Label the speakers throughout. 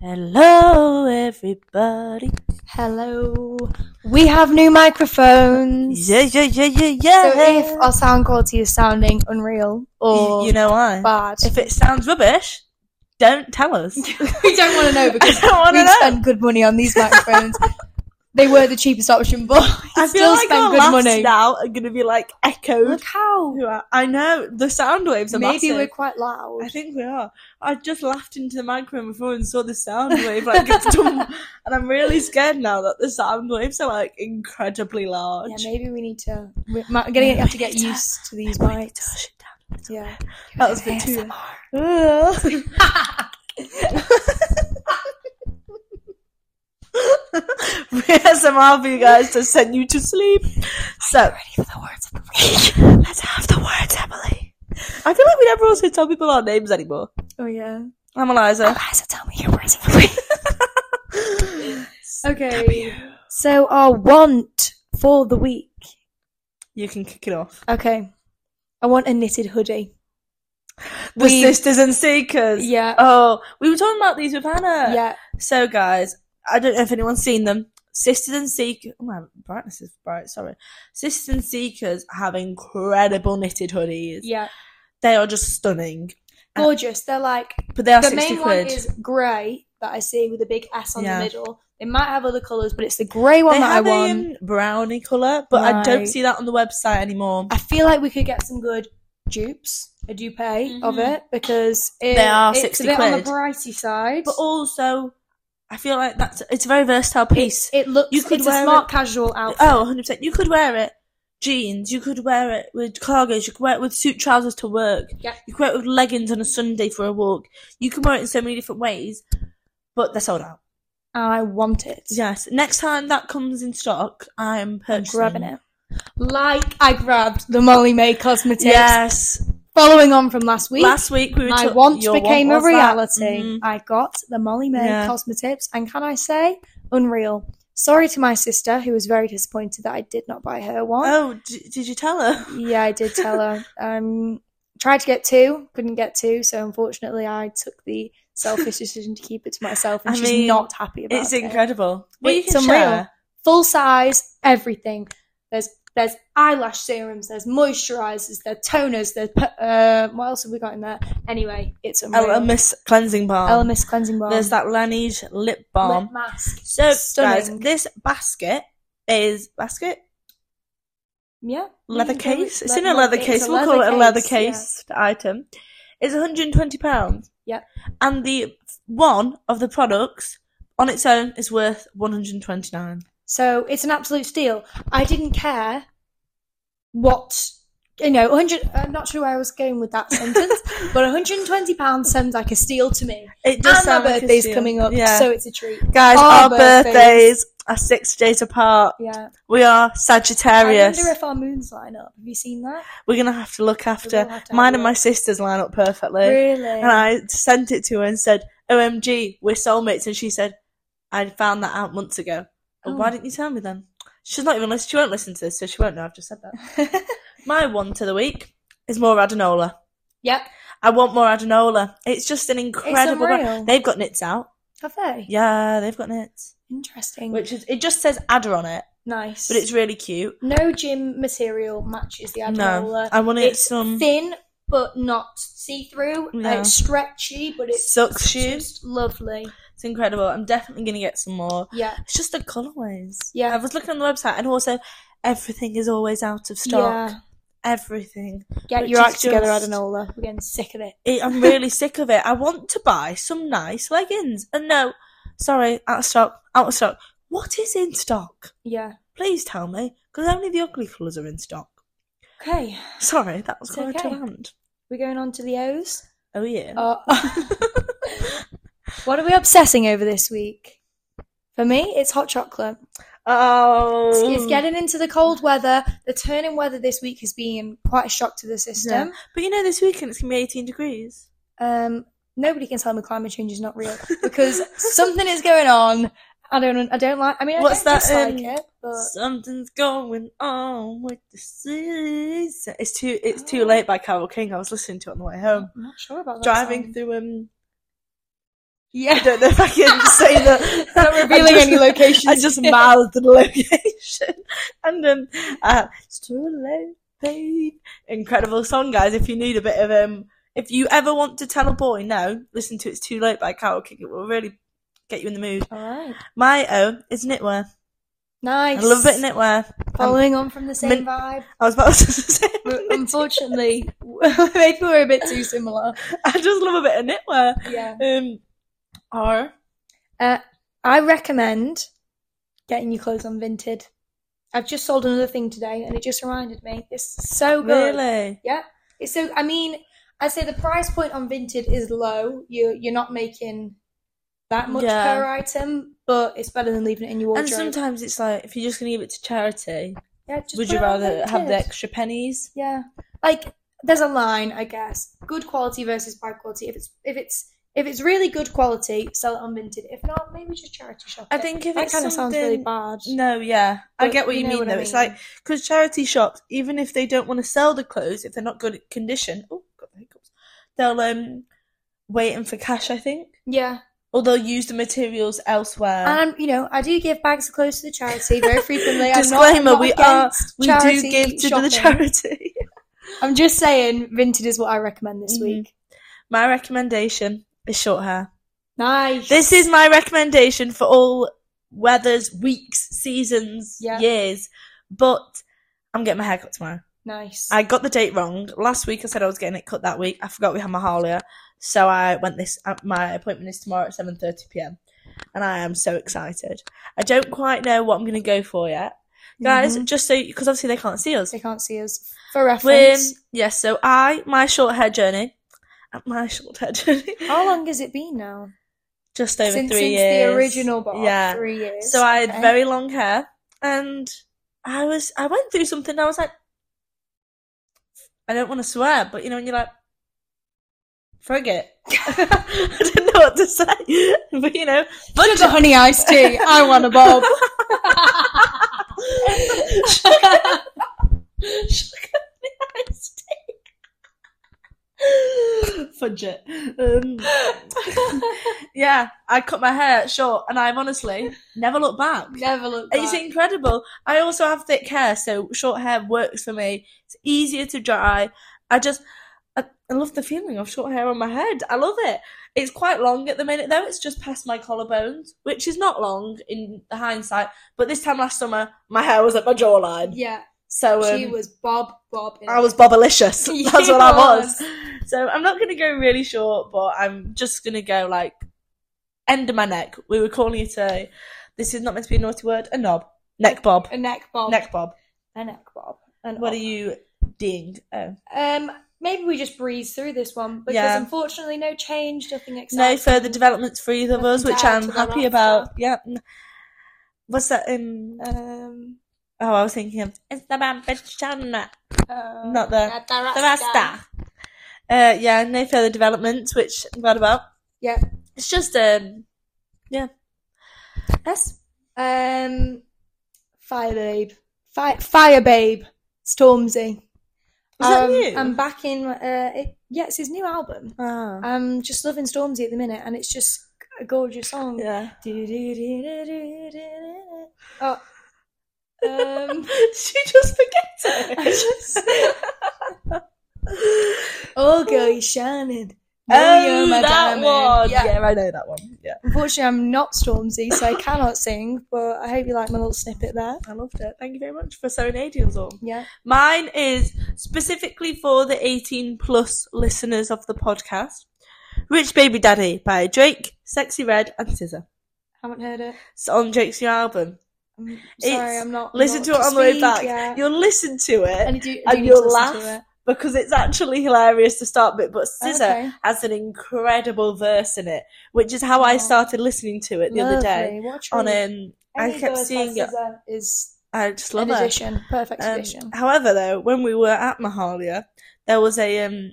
Speaker 1: Hello, everybody.
Speaker 2: Hello. We have new microphones.
Speaker 1: Yeah, yeah, yeah, yeah,
Speaker 2: So
Speaker 1: yeah.
Speaker 2: if our sound quality is sounding unreal or
Speaker 1: Y- you know why?
Speaker 2: bad,
Speaker 1: If it sounds rubbish, don't tell us.
Speaker 2: we don't want to know
Speaker 1: I
Speaker 2: because
Speaker 1: don't want to
Speaker 2: we've
Speaker 1: know.
Speaker 2: spent good money on these microphones. they were the cheapest option, but we
Speaker 1: I
Speaker 2: still
Speaker 1: feel like
Speaker 2: spent
Speaker 1: our
Speaker 2: good
Speaker 1: laughs
Speaker 2: money.
Speaker 1: now are going to be like echoed.
Speaker 2: Look how
Speaker 1: throughout- I know the sound waves are
Speaker 2: maybe
Speaker 1: massive.
Speaker 2: we're quite loud.
Speaker 1: I think we are. I just laughed into the microphone before and saw the sound wave like it's dum, and I'm really scared now that the sound waves are like incredibly large.
Speaker 2: Yeah, maybe we need to. We're ma- gonna have to get
Speaker 1: Maybe we need
Speaker 2: used to these
Speaker 1: We need to
Speaker 2: mics.
Speaker 1: hush it down.
Speaker 2: Yeah,
Speaker 1: That was a bit too. Ugh. ASMR for you guys to send you to sleep. So ready for the words of the week. Let's have the words, Emily. I feel like we never also tell people our names anymore.
Speaker 2: Oh yeah.
Speaker 1: I'm Eliza.
Speaker 2: Eliza, tell me your words of the week. Okay. So our want for the week.
Speaker 1: You can kick it off.
Speaker 2: Okay. I want a knitted hoodie.
Speaker 1: The
Speaker 2: We-
Speaker 1: sisters and seekers.
Speaker 2: Yeah.
Speaker 1: Oh, we were talking about these with Hannah.
Speaker 2: yeah.
Speaker 1: So, guys, I don't know if anyone's seen them. Sisters and Seekers. Oh, my brightness is bright. Sorry. Sisters and Seekers have incredible knitted hoodies.
Speaker 2: Yeah.
Speaker 1: They are just stunning.
Speaker 2: Gorgeous. They're like
Speaker 1: But they are
Speaker 2: the
Speaker 1: 60
Speaker 2: main
Speaker 1: quid.
Speaker 2: one is grey that I see with a big S on
Speaker 1: Yeah.
Speaker 2: the middle. It might have other colours, but it's the grey one
Speaker 1: they
Speaker 2: that I
Speaker 1: have a
Speaker 2: want.
Speaker 1: um, brownie colour, but I don't
Speaker 2: Right.
Speaker 1: see that on the website anymore.
Speaker 2: I feel like we could get some good dupes, a dupe of
Speaker 1: Mhm.
Speaker 2: it because it,
Speaker 1: They are
Speaker 2: it's
Speaker 1: 60
Speaker 2: a bit on
Speaker 1: quid.
Speaker 2: the brighty side.
Speaker 1: But also, I feel like that's it's a very versatile piece.
Speaker 2: it looks
Speaker 1: you could
Speaker 2: it's
Speaker 1: wear
Speaker 2: a smart
Speaker 1: it-
Speaker 2: casual outfit.
Speaker 1: Oh, 100%. You could wear it jeans, you could wear it with cargos, you could wear it with suit trousers to work.
Speaker 2: Yeah.
Speaker 1: You could wear it with leggings on a Sunday for a walk. You can wear it in so many different ways, but they're sold out.
Speaker 2: I want it.
Speaker 1: Yes. Next time that comes in stock, I'm
Speaker 2: I'm
Speaker 1: purchasing.
Speaker 2: grabbing it. Like I grabbed the Molly May cosmetics.
Speaker 1: Yes.
Speaker 2: Following on from last week,
Speaker 1: Last week we were
Speaker 2: my
Speaker 1: talk-
Speaker 2: want
Speaker 1: your
Speaker 2: became
Speaker 1: want
Speaker 2: a
Speaker 1: was that.
Speaker 2: reality.
Speaker 1: Mhm.
Speaker 2: I got the Molly May
Speaker 1: Yeah.
Speaker 2: cosmetics, and can I say, unreal. Sorry to my sister, who was very disappointed that I did not buy her one.
Speaker 1: Oh, d- did you tell her?
Speaker 2: Yeah, I did tell her. Um, tried to get two, couldn't get two, so unfortunately, I took the selfish decision to keep it to myself, and
Speaker 1: I
Speaker 2: she's
Speaker 1: mean,
Speaker 2: not happy about
Speaker 1: It's
Speaker 2: it.
Speaker 1: incredible. Well, you
Speaker 2: It's
Speaker 1: can
Speaker 2: unreal.
Speaker 1: share.
Speaker 2: Full size, everything. There's there's eyelash serums, there's moisturizers, there's toners, there's pe- uh, what else have we got in there? Anyway, it's unreal.
Speaker 1: Elemis cleansing balm.
Speaker 2: Elemis cleansing balm,
Speaker 1: There's that Laneige lip balm.
Speaker 2: lip mask.
Speaker 1: so, guys,
Speaker 2: Stunning.
Speaker 1: this basket is basket
Speaker 2: Yeah,
Speaker 1: leather
Speaker 2: you can go with-
Speaker 1: case. It's in a leather
Speaker 2: it's
Speaker 1: case. We'll call it a leather
Speaker 2: yeah.
Speaker 1: case item. It's 120 pounds.
Speaker 2: Yep.
Speaker 1: And the one of the products on its own is worth 129.
Speaker 2: So it's an absolute steal. I didn't care what you know. 100. I'm not sure where I was going with that sentence, but 120 pounds sounds like a steal to me.
Speaker 1: It
Speaker 2: And
Speaker 1: does
Speaker 2: my
Speaker 1: sound like a
Speaker 2: birthday's
Speaker 1: steal.
Speaker 2: coming up,
Speaker 1: Yeah.
Speaker 2: so it's a treat.
Speaker 1: guys,
Speaker 2: our
Speaker 1: our,
Speaker 2: birthdays-
Speaker 1: birthdays are six days apart.
Speaker 2: Yeah.
Speaker 1: We are
Speaker 2: I
Speaker 1: Sagittarius.
Speaker 2: wonder if our moons line up. Have you seen that?
Speaker 1: We're gonna have to look after
Speaker 2: have to have
Speaker 1: mine
Speaker 2: a
Speaker 1: and my
Speaker 2: look.
Speaker 1: sisters line up perfectly.
Speaker 2: Really?
Speaker 1: Uh, And I sent it to her and said, "OMG, we're soulmates." And she said, "I found that out months ago. Well, Why
Speaker 2: Oh.
Speaker 1: didn't you tell me then?" She's not even listening. She won't listen to this, so she won't know I've just said that. My one to the week is more adenola.
Speaker 2: yep.
Speaker 1: I want more adenola. It's just an incredible. brand.
Speaker 2: unreal.
Speaker 1: They've got knits out.
Speaker 2: Have they?
Speaker 1: Yeah, they've got knits.
Speaker 2: Interesting.
Speaker 1: Which is it just says Adder on it,
Speaker 2: nice.
Speaker 1: but it's really cute.
Speaker 2: no gym material matches the uh,
Speaker 1: No,
Speaker 2: Adenola.
Speaker 1: I want it
Speaker 2: It's
Speaker 1: some
Speaker 2: thin but not see through.
Speaker 1: Yeah.
Speaker 2: It's stretchy, but it's
Speaker 1: socks shoes.
Speaker 2: just lovely.
Speaker 1: It's incredible. I'm definitely gonna get some more.
Speaker 2: Yeah.
Speaker 1: It's just the colorways.
Speaker 2: Yeah.
Speaker 1: I was looking on the website, and also everything is always out of stock. Everything.
Speaker 2: Get
Speaker 1: Which
Speaker 2: your
Speaker 1: is
Speaker 2: act together,
Speaker 1: just-
Speaker 2: Adenola. We're getting sick of it.
Speaker 1: It, I'm really sick of it. I want to buy some nice leggings, and no, sorry, out of stock. Out of stock. What is in stock?
Speaker 2: Yeah.
Speaker 1: Please tell me, because only the ugly colours are in stock.
Speaker 2: Okay.
Speaker 1: Sorry, that was
Speaker 2: It's
Speaker 1: quite
Speaker 2: okay.
Speaker 1: a rant.
Speaker 2: We're going on to the O's.
Speaker 1: Oh yeah.
Speaker 2: Uh, what are we obsessing over this week? For me, it's hot chocolate.
Speaker 1: oh.
Speaker 2: It's, it's getting into the cold weather. The turn in weather this week has been quite a shock to the system.
Speaker 1: But you know, this weekend it's gonna be 18 degrees.
Speaker 2: Um, nobody can tell me climate change is not real because something is going on. I don't. I don't like. I mean, I
Speaker 1: What's
Speaker 2: don't
Speaker 1: that,
Speaker 2: dislike
Speaker 1: um,
Speaker 2: it, but
Speaker 1: Something's going on with the season. It's too. It's
Speaker 2: Oh.
Speaker 1: too late by Carol King. I was listening to it on the way home.
Speaker 2: I'm not sure about that.
Speaker 1: driving
Speaker 2: song.
Speaker 1: through um I don't know if I can say that.
Speaker 2: Not revealing
Speaker 1: I just-
Speaker 2: any locations.
Speaker 1: I just mouthed the location, and then uh, Strolley Bay. incredible song, guys. If you need a bit of um, if you ever want to tell a boy no, listen to "It's Too Late" by Carol King. It will really get you in the mood.
Speaker 2: All right.
Speaker 1: My O is knitwear.
Speaker 2: Nice.
Speaker 1: I love a bit of knitwear.
Speaker 2: Following on from the same
Speaker 1: Min-
Speaker 2: vibe.
Speaker 1: I was about to say,
Speaker 2: Unfortunately, maybe we're a bit too similar.
Speaker 1: I just love a bit of knitwear.
Speaker 2: Yeah.
Speaker 1: Um, or
Speaker 2: I recommend getting your clothes on Vinted. I've just sold another thing today, and it just reminded me. It's
Speaker 1: Oh,
Speaker 2: so good.
Speaker 1: really,
Speaker 2: Yeah. It's so. I mean, I say the price point on Vinted is low. You you're not making that much
Speaker 1: Yeah.
Speaker 2: per item, but it's better than leaving it in your
Speaker 1: and
Speaker 2: wardrobe.
Speaker 1: sometimes it's like if you're just gonna give it to charity,
Speaker 2: yeah, just
Speaker 1: would
Speaker 2: put
Speaker 1: you
Speaker 2: it on
Speaker 1: rather have the
Speaker 2: Vinted.
Speaker 1: extra pennies?
Speaker 2: Yeah. Like there's a line, I guess. Good quality versus bad quality. If it's if it's if it's really good quality, sell it on Vinted. If not, maybe just charity shop.
Speaker 1: I
Speaker 2: it.
Speaker 1: think if
Speaker 2: that
Speaker 1: it's
Speaker 2: kind of sounds really
Speaker 1: something-
Speaker 2: bad.
Speaker 1: No, yeah, I
Speaker 2: But
Speaker 1: get what
Speaker 2: you
Speaker 1: you,
Speaker 2: know
Speaker 1: mean
Speaker 2: what
Speaker 1: though.
Speaker 2: I
Speaker 1: It's
Speaker 2: mean.
Speaker 1: like because charity shops, even if they don't want to sell the clothes, if they're not good at condition, oh, got the hiccups, they'll um wait in for cash. I think,
Speaker 2: Yeah.
Speaker 1: or they'll use the materials elsewhere.
Speaker 2: And you know, I do give bags of clothes to the charity very frequently. I'm not- I'm
Speaker 1: Disclaimer:
Speaker 2: not
Speaker 1: We are
Speaker 2: against
Speaker 1: we do
Speaker 2: charity
Speaker 1: give to the
Speaker 2: shopping.
Speaker 1: charity.
Speaker 2: I'm just saying, Vinted is what I recommend this
Speaker 1: Mhm.
Speaker 2: week.
Speaker 1: my recommendation is short hair.
Speaker 2: Nice.
Speaker 1: This is my recommendation for all weathers, weeks, seasons,
Speaker 2: Yeah.
Speaker 1: years. But I'm getting my hair cut tomorrow.
Speaker 2: nice.
Speaker 1: I got the date wrong. Last week I said I was getting it cut that week. I forgot we had Mahalia, so I went this. uh, My appointment is tomorrow at seven thirty p.m. and I am so excited. I don't quite know what I'm going to go for yet, guys.
Speaker 2: Mhm.
Speaker 1: Just so because obviously they can't see us.
Speaker 2: They can't see us. For
Speaker 1: When
Speaker 2: reference,
Speaker 1: yes, so I my short hair journey, uh, my short hair journey,
Speaker 2: how long has it been now?
Speaker 1: just over
Speaker 2: Oh, since
Speaker 1: three
Speaker 2: since
Speaker 1: years.
Speaker 2: the original box.
Speaker 1: yeah.
Speaker 2: Three years.
Speaker 1: So I had
Speaker 2: Okay.
Speaker 1: very long hair, and I was I went through something. I was like, I don't want to swear, but you know when you're like, frig it. I didn't know what to say, but you know,
Speaker 2: Look at the honey iced tea. I want a bob.
Speaker 1: fudge it. Um, yeah, I cut my hair short, and I've honestly never looked back.
Speaker 2: Never look.
Speaker 1: It's incredible. I also have thick hair, so short hair works for me. It's easier to dry. I just, I, I love the feeling of short hair on my head. I love it. It's quite long at the minute, though. It's just past my collarbones, which is not long in hindsight. But this time last summer, my hair was at my jawline.
Speaker 2: yeah,
Speaker 1: So um,
Speaker 2: she was Bob. Bob. in
Speaker 1: I
Speaker 2: it.
Speaker 1: was bobalicious.
Speaker 2: You
Speaker 1: That's what I was. So I'm not going to go really short, but I'm just going to go like end of my neck. We were calling it a, this is not meant to be a naughty word, a knob. Neck bob.
Speaker 2: A neck bob.
Speaker 1: Neck bob.
Speaker 2: A neck bob. An
Speaker 1: What
Speaker 2: op.
Speaker 1: are you doing? Oh.
Speaker 2: Um, maybe we just breeze through this one because
Speaker 1: Yeah.
Speaker 2: unfortunately, no change, nothing
Speaker 1: No
Speaker 2: exciting.
Speaker 1: further developments for either of us,
Speaker 2: Nothing
Speaker 1: which
Speaker 2: to add
Speaker 1: I'm
Speaker 2: to the
Speaker 1: happy
Speaker 2: roster.
Speaker 1: about. Yeah. What's that? Um,
Speaker 2: Um,
Speaker 1: oh, I was thinking of it's the man, bitch, and that-
Speaker 2: uh,
Speaker 1: Not the-
Speaker 2: at
Speaker 1: the
Speaker 2: Rasta.
Speaker 1: master. Uh, yeah, no further developments, which I'm glad about.
Speaker 2: Yeah.
Speaker 1: It's just um, yeah. Yes.
Speaker 2: Um, Fire Babe. Fire, Fire Babe. Stormzy.
Speaker 1: Is that
Speaker 2: um,
Speaker 1: you?
Speaker 2: I'm back in. Uh, it, yeah, it's his new album.
Speaker 1: Ah.
Speaker 2: I'm just loving Stormzy at the minute, and it's just a gorgeous song.
Speaker 1: yeah.
Speaker 2: Oh, um,
Speaker 1: she just forgets it.
Speaker 2: I just- oh girl, you're shining.
Speaker 1: oh,
Speaker 2: Oh, you're my
Speaker 1: that
Speaker 2: diamond.
Speaker 1: one.
Speaker 2: Yeah.
Speaker 1: yeah, I know that one. Yeah,
Speaker 2: Unfortunately, I'm not Stormzy, so I cannot sing. But I hope you like my little snippet there.
Speaker 1: I loved it. Thank you very much for serenading us all.
Speaker 2: Yeah.
Speaker 1: Mine is specifically for the 18 plus listeners of the podcast. Rich Baby Daddy by Drake, Sexy Red, and Scissor.
Speaker 2: Haven't heard it.
Speaker 1: It's on Drake's new album.
Speaker 2: I'm sorry,
Speaker 1: It's-
Speaker 2: I'm not.
Speaker 1: Listen
Speaker 2: not
Speaker 1: to it on the way
Speaker 2: speed
Speaker 1: back.
Speaker 2: yet.
Speaker 1: You'll listen to
Speaker 2: I
Speaker 1: it
Speaker 2: need to- I do
Speaker 1: and
Speaker 2: need to
Speaker 1: you'll
Speaker 2: listen to
Speaker 1: laugh
Speaker 2: it.
Speaker 1: because it's actually hilarious to start with. But Scissor
Speaker 2: Okay.
Speaker 1: has an incredible verse in it, which is how I
Speaker 2: Aw.
Speaker 1: started listening to it the other day.
Speaker 2: Oh. Lovely. What
Speaker 1: On
Speaker 2: treat.
Speaker 1: um, I
Speaker 2: Any
Speaker 1: kept
Speaker 2: verse by
Speaker 1: seeing it.
Speaker 2: SZA Is
Speaker 1: I just love
Speaker 2: an
Speaker 1: it.
Speaker 2: addition, perfect
Speaker 1: Um,
Speaker 2: addition.
Speaker 1: however, though, when we were at Mahalia, there was a um,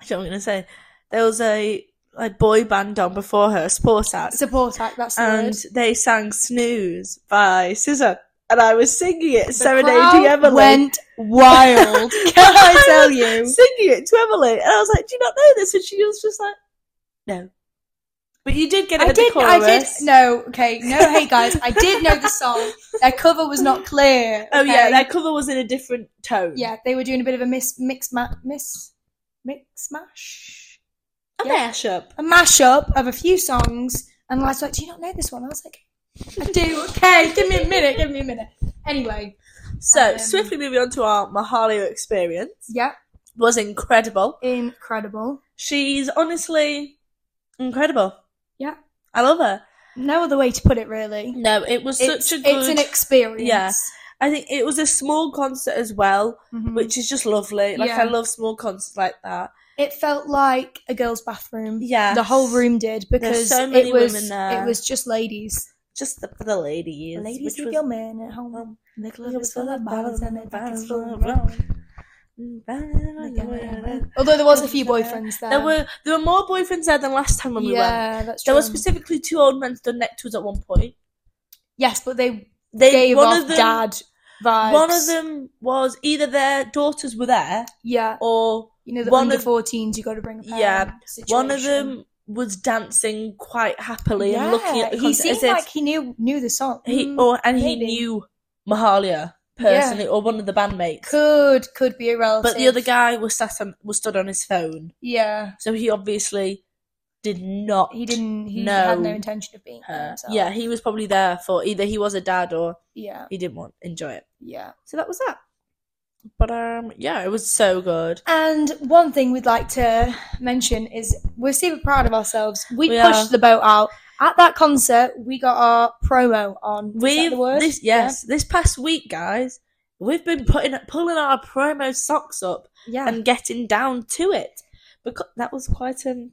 Speaker 1: I don't know what I'm gonna say. There was a a boy band on before her, Sports Act,
Speaker 2: Support act. That's the
Speaker 1: uh, and
Speaker 2: word.
Speaker 1: they sang "Snooze" by Scissor, and I was singing it, serenading
Speaker 2: crowd
Speaker 1: Emily.
Speaker 2: went wild. Can I tell you?
Speaker 1: singing it to Emily, and I was like, "Do you not know this?" And she was just like, "No," But you did get it
Speaker 2: I
Speaker 1: at the
Speaker 2: did. I did.
Speaker 1: chorus.
Speaker 2: No. Okay. No. Hey guys, I did know the song. Their cover was not clear.
Speaker 1: Oh yeah,
Speaker 2: okay?
Speaker 1: their cover was in a different tone.
Speaker 2: yeah. They were doing a bit of a mis mix ma- miss mix mash
Speaker 1: a
Speaker 2: Yeah.
Speaker 1: mashup.
Speaker 2: a mashup of a few songs, and I was like, "Do you not know this one?" I was like, "I do." Okay, give me a minute. Give me a minute. Anyway.
Speaker 1: So
Speaker 2: Um,
Speaker 1: swiftly moving on to our Mahalia experience
Speaker 2: Yeah.
Speaker 1: was incredible.
Speaker 2: Incredible.
Speaker 1: She's honestly incredible.
Speaker 2: Yeah.
Speaker 1: I love her.
Speaker 2: No other way to put it, really.
Speaker 1: No, it was
Speaker 2: It's,
Speaker 1: such a good.
Speaker 2: it's an experience.
Speaker 1: Yeah. I think it was a small concert as well,
Speaker 2: Mhm.
Speaker 1: which is just lovely. Like
Speaker 2: Yeah.
Speaker 1: I love small concerts like that.
Speaker 2: it felt like a girls' bathroom.
Speaker 1: Yeah,
Speaker 2: The whole room did because
Speaker 1: so many
Speaker 2: it was
Speaker 1: women there.
Speaker 2: it was just ladies,
Speaker 1: just the, for the ladies.
Speaker 2: ladies
Speaker 1: which
Speaker 2: with
Speaker 1: was-
Speaker 2: your men at home.
Speaker 1: um,
Speaker 2: the club
Speaker 1: club
Speaker 2: is
Speaker 1: is
Speaker 2: full
Speaker 1: full
Speaker 2: of
Speaker 1: of
Speaker 2: bottles
Speaker 1: bottles
Speaker 2: and the
Speaker 1: and bottles
Speaker 2: bucket's full
Speaker 1: full
Speaker 2: of
Speaker 1: of Oh,
Speaker 2: rum. Although there was a few boyfriends there.
Speaker 1: There were there were more boyfriends there than last time when we went.
Speaker 2: yeah, that's true.
Speaker 1: There were specifically two old men stood next to us at one point.
Speaker 2: yes, but they
Speaker 1: They
Speaker 2: gave
Speaker 1: one
Speaker 2: off
Speaker 1: of them,
Speaker 2: dad vibes.
Speaker 1: One of them was either their daughters were there
Speaker 2: yeah,
Speaker 1: or
Speaker 2: you know the
Speaker 1: one
Speaker 2: under
Speaker 1: of-
Speaker 2: 14s you got to bring a parent
Speaker 1: Yeah,
Speaker 2: situation.
Speaker 1: one of them was dancing quite happily
Speaker 2: yeah,
Speaker 1: and looking at the
Speaker 2: he
Speaker 1: concert
Speaker 2: seemed
Speaker 1: as if
Speaker 2: like he knew knew the song.
Speaker 1: he
Speaker 2: Mm,
Speaker 1: or and he
Speaker 2: maybe.
Speaker 1: knew Mahalia personally or one of the bandmates.
Speaker 2: could could be a relative,
Speaker 1: But the other guy was sat on, was stood on his phone,
Speaker 2: yeah,
Speaker 1: so he obviously did not.
Speaker 2: he didn't. He
Speaker 1: No.
Speaker 2: had no intention of being there
Speaker 1: Her.
Speaker 2: himself.
Speaker 1: Yeah, he was probably there for either he was a dad or
Speaker 2: yeah,
Speaker 1: he didn't want enjoy it.
Speaker 2: yeah.
Speaker 1: So that was that. But um, yeah, it was so good.
Speaker 2: And one thing we'd like to mention is we're super proud of ourselves. We,
Speaker 1: We
Speaker 2: pushed
Speaker 1: are.
Speaker 2: the boat out. At that concert, we got our promo on. is that
Speaker 1: We've
Speaker 2: the word?
Speaker 1: this yes, this past week, guys, we've been putting pulling our promo socks up
Speaker 2: Yeah. Yeah.
Speaker 1: and getting down to it because that was quite um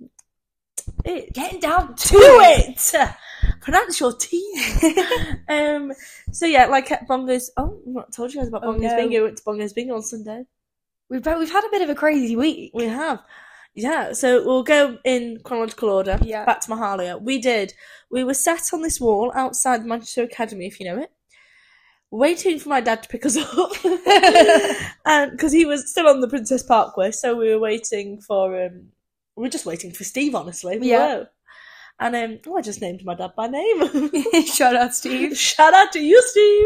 Speaker 1: it.
Speaker 2: Getting down to
Speaker 1: to it. Pronounce your teeth. um. So yeah, like at Bongo's. Oh, I've not told you guys about
Speaker 2: Oh,
Speaker 1: Bongo's
Speaker 2: no.
Speaker 1: Bingo. Went to Bongo's Bingo on Sunday.
Speaker 2: We've, been- we've had a bit of a crazy week.
Speaker 1: We have. Yeah. So we'll go in chronological order.
Speaker 2: Yeah.
Speaker 1: Back to Mahalia. We did. We were sat on this wall outside the Manchester Academy, if you know it. Waiting for my dad to pick us up, because he was still on the Princess Parkway, so we were waiting for um, we were just waiting for Steve, honestly. We
Speaker 2: Yeah.
Speaker 1: were. And um, oh, I just named my dad by name.
Speaker 2: Shout out, Steve.
Speaker 1: Shout out to you, Steve.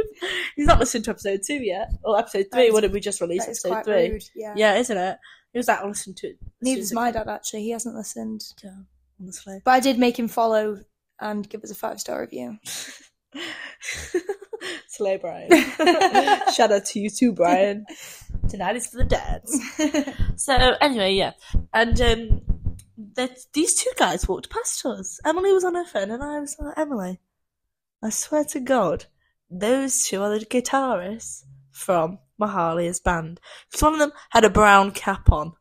Speaker 1: He's not listened to episode two yet, or episode
Speaker 2: That
Speaker 1: three.
Speaker 2: is-
Speaker 1: what did we just release?
Speaker 2: That is
Speaker 1: Episode
Speaker 2: quite
Speaker 1: three.
Speaker 2: rude. Yeah.
Speaker 1: Yeah, isn't it? He was like, I'll listen to it.
Speaker 2: Neither's my dad, actually. He hasn't listened.
Speaker 1: Honestly,
Speaker 2: But I did make him follow and give us a five star review.
Speaker 1: slay Brian. Shout out to you too, Brian. Tonight is for the dads. So anyway, yeah, and um, that these two guys walked past us. Emily was on her phone, and I was like, Emily, I swear to God, those two are the guitarists from Mahalia's band. 'Cause one of them had a brown cap on,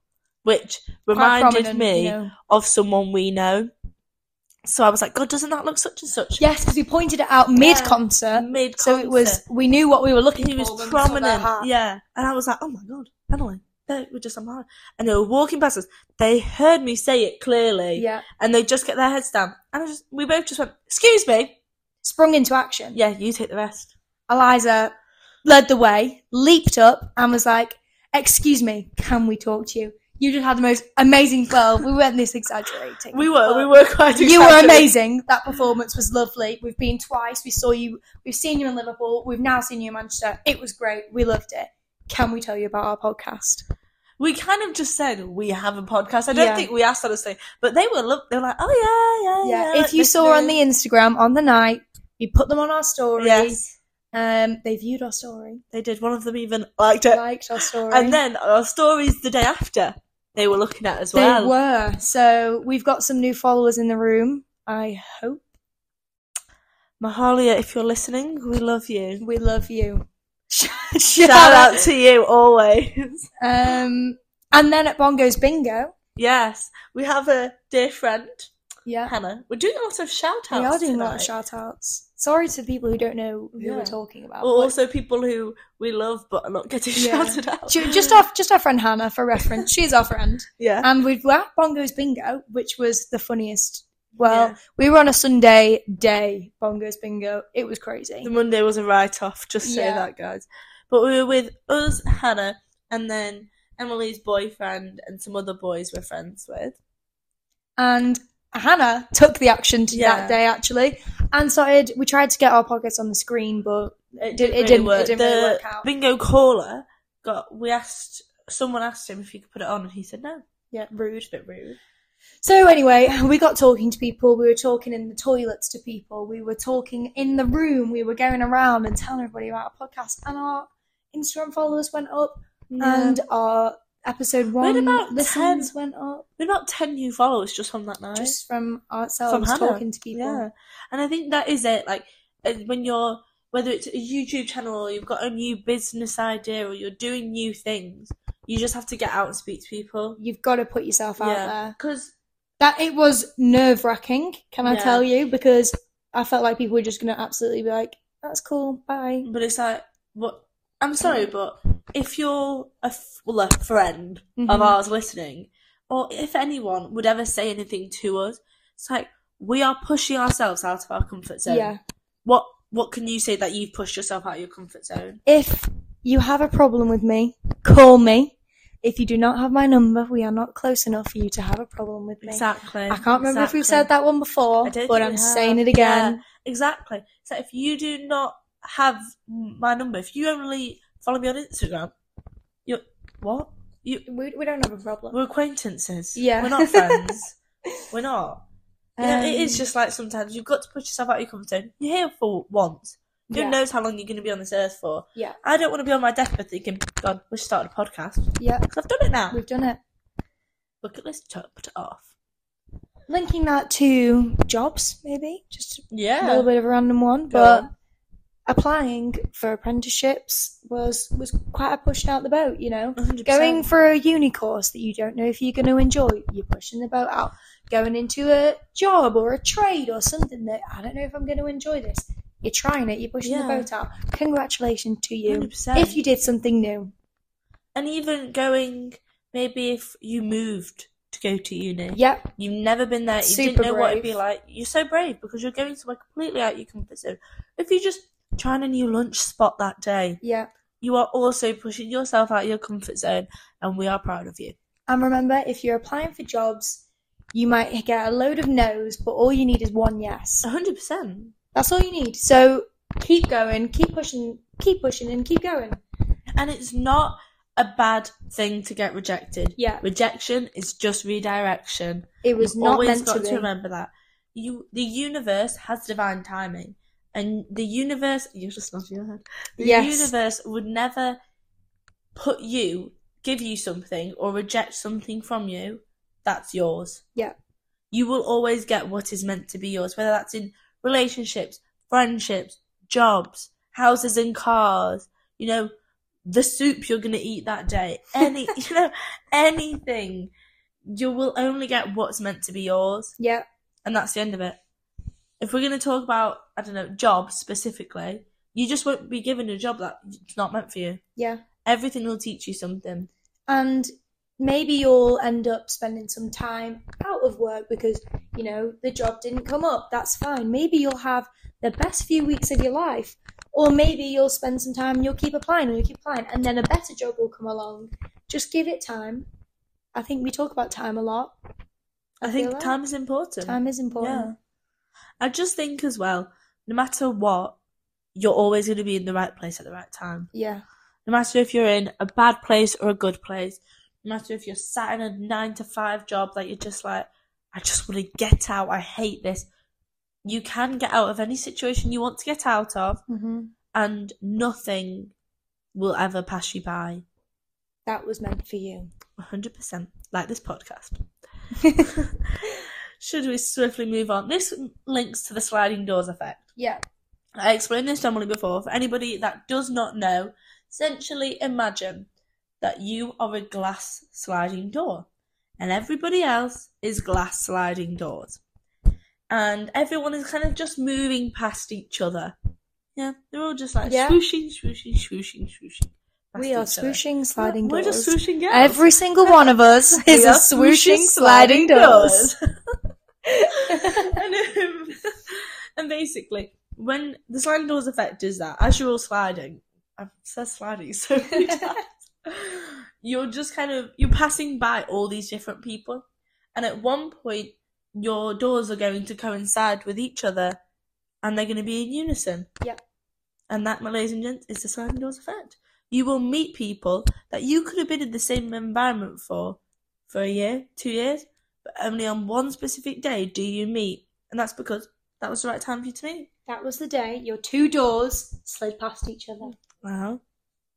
Speaker 1: which
Speaker 2: Quite
Speaker 1: reminded
Speaker 2: prominent,
Speaker 1: me
Speaker 2: you know.
Speaker 1: of someone we know. So I was like, God, doesn't that look such and such?
Speaker 2: Yes, because we pointed it out mid concert.
Speaker 1: Mid
Speaker 2: So it was, we knew what we were looking
Speaker 1: he
Speaker 2: for.
Speaker 1: was
Speaker 2: when we saw their
Speaker 1: prominent.
Speaker 2: hat.
Speaker 1: Yeah. And I was like, oh my God, Emily, they were just on my. And they were walking past us. They heard me say it clearly.
Speaker 2: Yeah.
Speaker 1: And they just get their heads down. And I just, we both just went, excuse me.
Speaker 2: Sprung into action.
Speaker 1: Yeah, you take the rest.
Speaker 2: Eliza led the way, leaped up, and was like, Excuse me, can we talk to you? You just had the most amazing. Well, we weren't this exaggerating.
Speaker 1: We
Speaker 2: but
Speaker 1: were, we were quite
Speaker 2: You were
Speaker 1: excited.
Speaker 2: amazing. That performance was lovely. We've been twice. We saw you. We've seen you in Liverpool. We've now seen you in Manchester. It was great. We loved it. Can we tell you about our podcast?
Speaker 1: We kind of just said, we have a podcast. I don't
Speaker 2: Yeah.
Speaker 1: think we asked honestly, but they were, lo- they were like, oh yeah, yeah, yeah.
Speaker 2: Yeah. If you
Speaker 1: let's
Speaker 2: saw
Speaker 1: do
Speaker 2: on
Speaker 1: it."
Speaker 2: the Instagram on the night, we put them on our story.
Speaker 1: Yes,
Speaker 2: Um, they viewed our story,
Speaker 1: they did. One of them even liked it.
Speaker 2: liked our story,
Speaker 1: And then our stories the day after they were looking at as well.
Speaker 2: They were. So we've got some new followers in the room. I hope
Speaker 1: Mahalia, if you're listening, we love you.
Speaker 2: we love you.
Speaker 1: Shout out to you always.
Speaker 2: Um, and then at Bongo's Bingo,
Speaker 1: yes, we have a dear friend,
Speaker 2: yeah,
Speaker 1: Hannah. We're doing a lot of shout outs.
Speaker 2: we are doing a lot of
Speaker 1: tonight.
Speaker 2: shout outs. Sorry to people who don't know who
Speaker 1: Yeah.
Speaker 2: we're talking about.
Speaker 1: Well,
Speaker 2: but-
Speaker 1: also people who we love but are not getting
Speaker 2: Yeah.
Speaker 1: shouted out.
Speaker 2: Ju- just our just our friend Hannah for reference. She's our friend,
Speaker 1: yeah.
Speaker 2: and we were at Bongo's Bingo, which was the funniest. Well,
Speaker 1: Yeah.
Speaker 2: we were on a Sunday day Bongo's Bingo. It was crazy.
Speaker 1: The Monday was a write off, just say
Speaker 2: Yeah.
Speaker 1: that, guys. But we were with us, Hannah, and then Emily's boyfriend and some other boys we're friends with.
Speaker 2: and Hannah took the action to
Speaker 1: Yeah.
Speaker 2: that day actually, and started. We tried to get our pockets on the screen, but it, did,
Speaker 1: really
Speaker 2: it didn't.
Speaker 1: work.
Speaker 2: It didn't really
Speaker 1: The
Speaker 2: work out.
Speaker 1: bingo caller got. We asked someone asked him if he could put it on, and he said no.
Speaker 2: Yeah.
Speaker 1: rude, bit rude.
Speaker 2: So anyway, we got talking to people. We were talking in the toilets to people. We were talking in the room. We were going around and telling everybody about our podcast, and our Instagram followers went up, and our episode
Speaker 1: had
Speaker 2: one
Speaker 1: about
Speaker 2: listens went up
Speaker 1: we had about ten new followers just on that night.
Speaker 2: just from ourselves
Speaker 1: Hannah.
Speaker 2: talking to people.
Speaker 1: Yeah, and I think that is it. Like uh, when you're whether it's a YouTube channel or you've got a new business idea or you're doing new things, you just have to get out and speak to people.
Speaker 2: You've got to put yourself out there.
Speaker 1: because
Speaker 2: That it was nerve wracking, can I
Speaker 1: Yeah.
Speaker 2: tell you? Because I felt like people were just going to absolutely be like, "That's cool, bye."
Speaker 1: but it's like what I'm sorry, but if you're a f- well, a friend of
Speaker 2: Mhm.
Speaker 1: ours listening, or if anyone would ever say anything to us, it's like we are pushing ourselves out of our comfort zone.
Speaker 2: Yeah.
Speaker 1: What what can you say that you've pushed yourself out of your comfort zone?
Speaker 2: If you have a problem with me, call me. If you do not have my number, we are not close enough for you to have a problem with me.
Speaker 1: Exactly.
Speaker 2: I can't remember if
Speaker 1: exactly.
Speaker 2: we've said that one before,
Speaker 1: I don't
Speaker 2: but
Speaker 1: think
Speaker 2: I'm
Speaker 1: we have.
Speaker 2: saying it again.
Speaker 1: Exactly. So if you do not have my number, if you only follow me on Instagram, you're what? You
Speaker 2: We, we don't have a problem.
Speaker 1: we're acquaintances.
Speaker 2: Yeah.
Speaker 1: We're not friends. we're not. You know, it
Speaker 2: Um,
Speaker 1: is just like sometimes you've got to push yourself out of your comfort zone. You're here for once. Who
Speaker 2: yeah,
Speaker 1: knows how long you're going to be on this earth for?
Speaker 2: Yeah.
Speaker 1: I don't want to be on my deathbed thinking, God, we should start a podcast.
Speaker 2: yeah,
Speaker 1: 'Cause I've done it now.
Speaker 2: we've done it.
Speaker 1: Look at this, chucked it off.
Speaker 2: Linking that to jobs, maybe just a
Speaker 1: Yeah.
Speaker 2: little bit of a random one,
Speaker 1: Go
Speaker 2: but
Speaker 1: on.
Speaker 2: applying for apprenticeships was was quite a pushing out the boat. You know,
Speaker 1: 100%.
Speaker 2: going for a uni course that you don't know if you're going to enjoy, you're pushing the boat out. Going into a job or a trade or something that I don't know if I'm going to enjoy this. You're trying it. You're pushing the
Speaker 1: Yeah.
Speaker 2: boat out. Congratulations to you
Speaker 1: 100%.
Speaker 2: if you did something new.
Speaker 1: and even going maybe if you moved to go to uni
Speaker 2: Yep,
Speaker 1: you've never been there you
Speaker 2: Super
Speaker 1: didn't know what it'd be
Speaker 2: brave.
Speaker 1: like you're so brave because you're going somewhere completely out your comfort zone if you're just trying a new lunch spot that day
Speaker 2: yeah.
Speaker 1: you are also pushing yourself out of your comfort zone and we are proud of you
Speaker 2: And remember, if you're applying for jobs, you might get a load of no's, but all you need is one yes.
Speaker 1: 100%
Speaker 2: That's all you need. So keep going, keep pushing, keep pushing, and keep going.
Speaker 1: and it's not a bad thing to get rejected
Speaker 2: Yeah,
Speaker 1: rejection is just redirection
Speaker 2: it was
Speaker 1: You've
Speaker 2: not
Speaker 1: always
Speaker 2: meant
Speaker 1: got
Speaker 2: to
Speaker 1: to,
Speaker 2: be.
Speaker 1: remember that you the universe has divine timing and the universe you're just nodding your head the
Speaker 2: Yes.
Speaker 1: universe would never put you give you something or reject something from you that's yours
Speaker 2: Yeah.
Speaker 1: you will always get what is meant to be yours whether that's in relationships friendships jobs houses and cars you know the soup you're going to eat that day any you know anything you will only get what's meant to be yours
Speaker 2: Yeah,
Speaker 1: and that's the end of it. If we're going to talk about, I don't know, jobs specifically, you just won't be given a job that's not meant for you.
Speaker 2: yeah.
Speaker 1: Everything will teach you something.
Speaker 2: And maybe you'll end up spending some time out of work because, you know, the job didn't come up. That's fine. Maybe you'll have the best few weeks of your life. Or maybe you'll spend some time and you'll keep applying and you'll keep applying and then a better job will come along. Just give it time. I think we talk about time a lot.
Speaker 1: I, think
Speaker 2: feel that.
Speaker 1: time is important.
Speaker 2: Time is important.
Speaker 1: I just think as well, no matter what, you're always going to be in the right place at the right time.
Speaker 2: Yeah.
Speaker 1: No matter if you're in a bad place or a good place, no matter if you're sat in a nine to five job that you're just like, I just want to get out. I hate this. You can get out of any situation you want to get out of.
Speaker 2: hmm
Speaker 1: and nothing will ever pass you by.
Speaker 2: That was meant for you.
Speaker 1: 100%, like this podcast. Should we swiftly move on? This links to the sliding doors effect.
Speaker 2: yeah.
Speaker 1: I explained this to Emily before. For anybody that does not know, essentially imagine that you are a glass sliding door and everybody else is glass sliding doors. And everyone is kind of just moving past each other. Yeah, they're all just like
Speaker 2: Yeah.
Speaker 1: swooshing, swooshing, swooshing, swooshing. past
Speaker 2: We are
Speaker 1: each other.
Speaker 2: swooshing sliding
Speaker 1: We're
Speaker 2: doors.
Speaker 1: just swooshing girls.
Speaker 2: Every single one of us
Speaker 1: We
Speaker 2: is
Speaker 1: are
Speaker 2: a swooshing sliding doors.
Speaker 1: and, um, and basically, when the sliding doors effect is that, as you're all sliding, I've said sliding so many times, you're just kind of, you're passing by all these different people. And at one point, your doors are going to coincide with each other and they're going to be in unison.
Speaker 2: Yep.
Speaker 1: And that, my ladies and gents, is the sliding doors effect. You will meet people that you could have been in the same environment for for a year, two years, but only on one specific day do you meet. And that's because that was the right time for you to meet.
Speaker 2: That was the day your two doors slid past each other.
Speaker 1: Well,